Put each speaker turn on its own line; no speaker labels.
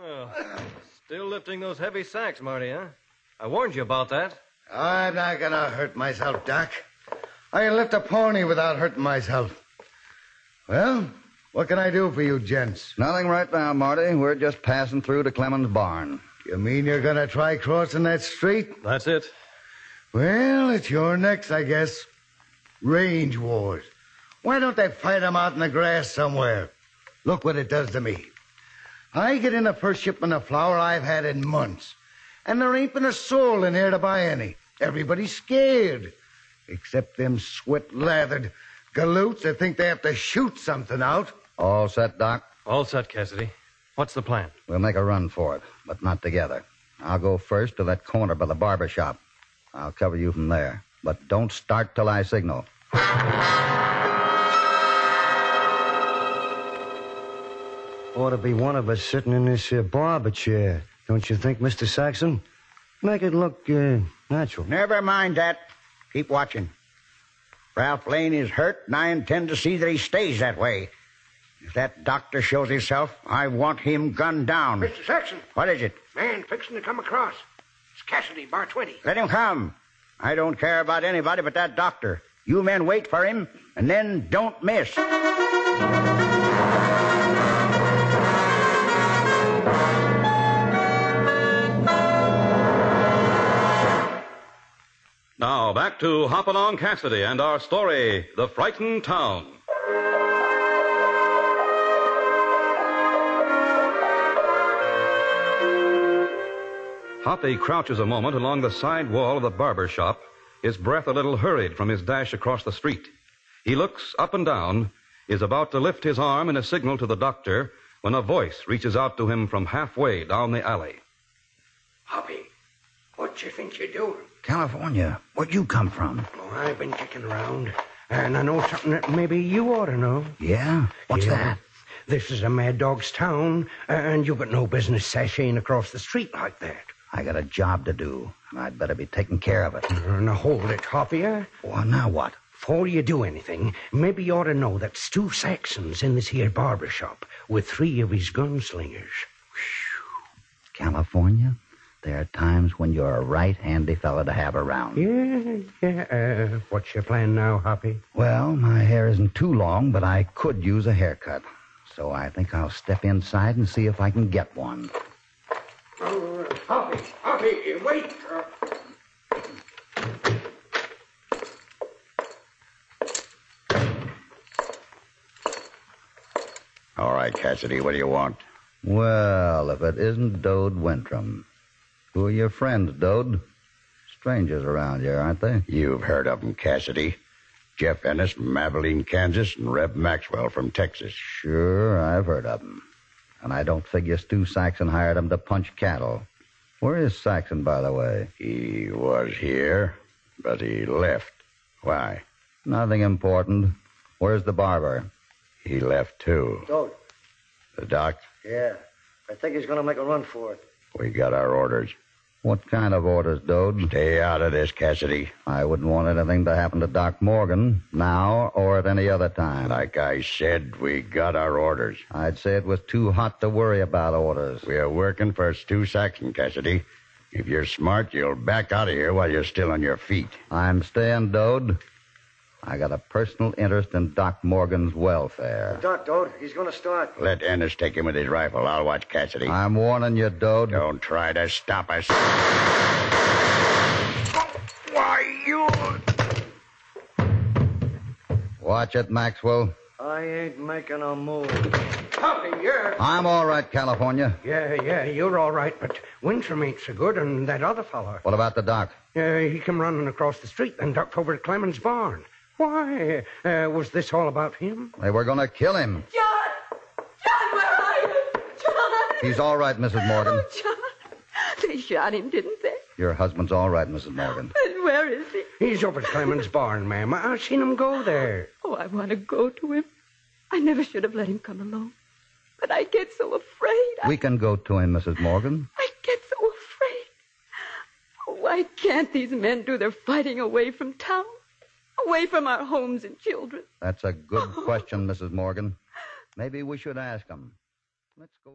Well, still lifting those heavy sacks, Marty, huh? I warned you about that.
I'm not gonna hurt myself, Doc. I can lift a pony without hurting myself. Well, what can I do for you gents?
Nothing right now, Marty. We're just passing through to Clemens' barn.
You mean you're gonna try crossing that street?
That's it.
Well, it's your next, I guess. Range wars. Why don't they fight 'em out in the grass somewhere? Look what it does to me. I get in the first shipment of flour I've had in months, and there ain't been a soul in here to buy any. Everybody's scared, except them sweat lathered galoots that think they have to shoot something out.
All set, Doc?
All set, Cassidy. What's the plan?
We'll make a run for it, but not together. I'll go first to that corner by the barber shop. I'll cover you from there, but don't start till I signal.
Ought to be one of us sitting in this uh, barber chair, don't you think, Mr. Saxon? Make it look uh, natural.
Never mind that. Keep watching. Ralph Lane is hurt, and I intend to see that he stays that way. If that doctor shows himself, I want him gunned down.
Mr. Saxon,
What is it?
man fixing to come across. It's Cassidy, bar 20.
Let him come. I don't care about anybody but that doctor. You men wait for him, and then don't miss.
Now back to Hopalong Cassidy and our story, The Frightened Town. Hoppy crouches a moment along the side wall of the barber shop, his breath a little hurried from his dash across the street. He looks up and down, is about to lift his arm in a signal to the doctor when a voice reaches out to him from halfway down the alley.
Hoppy, what you think you're doing?
California, where'd you come from?
Oh, I've been kicking around, and I know something that maybe you ought to know.
Yeah? What's
Yeah.
that?
This is a mad dog's town, and you got no business sashaying across the street like that.
I got a job to do, and I'd better be taking care of it.
Now hold it, Hoppy. eh?
Well, now what?
Before you do anything, maybe you ought to know that's two Saxons in this here barber shop with three of his gunslingers.
California? There are times when you're a right handy fella to have around.
Yeah, yeah. Uh, what's your plan now, Hoppy?
Well, my hair isn't too long, but I could use a haircut. So I think I'll step inside and see if I can get one.
Oh, Hoppy, Hoppy, wait.
All right, Cassidy, what do you want? Well, if it isn't Dode Wintram. Who are your friends, Dode? Strangers around here, aren't they?
You've heard of them, Cassidy. Jeff Ennis from Abilene, Kansas, and Reb Maxwell from Texas.
Sure, I've heard of 'em, And I don't figure Stu Saxon hired 'em to punch cattle. Where is Saxon, by the way?
He was here, but he left. Why?
Nothing important. Where's the barber?
He left too.
Dode.
The doc,
Yeah. I think he's going to make a run for it.
we got our orders.
What kind of orders, Dode?
Stay out of this, Cassidy.
I wouldn't want anything to happen to Doc Morgan, now or at any other time.
Like I said, we got our orders.
I'd say it was too hot to worry about orders.
We are working for Stu Saxon, Cassidy. If you're smart, you'll back out of here while you're still on your feet.
I'm staying, Dode. I got a personal interest in Doc Morgan's welfare.
Doc, Dode, he's going to start.
Let Ennis take him with his rifle. I'll watch Cassidy.
I'm warning you, Dode.
Don't try to stop us. Why, you.
Watch it, Maxwell.
I ain't making a move.
Hoppy, yeah.
I'm all right, California.
Yeah, yeah, you're all right, but Wintram ain't so good, and that other fella.
What about the doc?
Uh, he come running across the street and ducked over to Clemens' barn. Why? Uh, was this all about him?
They were going to kill him.
John! John, where are you? John!
He's all right, Mrs. Morgan.
Oh, John. They shot him, didn't they?
Your husband's all right, Mrs. Morgan.
And where is he?
He's over at Clemens' barn, ma'am. I- I've seen him go there.
Oh, I want to go to him. I never should have let him come alone. But I get so afraid. I,
We can go to him, Mrs. Morgan.
I get so afraid. Oh, why can't these men do their fighting away from town? Away from our homes and children?
That's a good question, Mrs. Morgan. Maybe we should ask him. Let's go.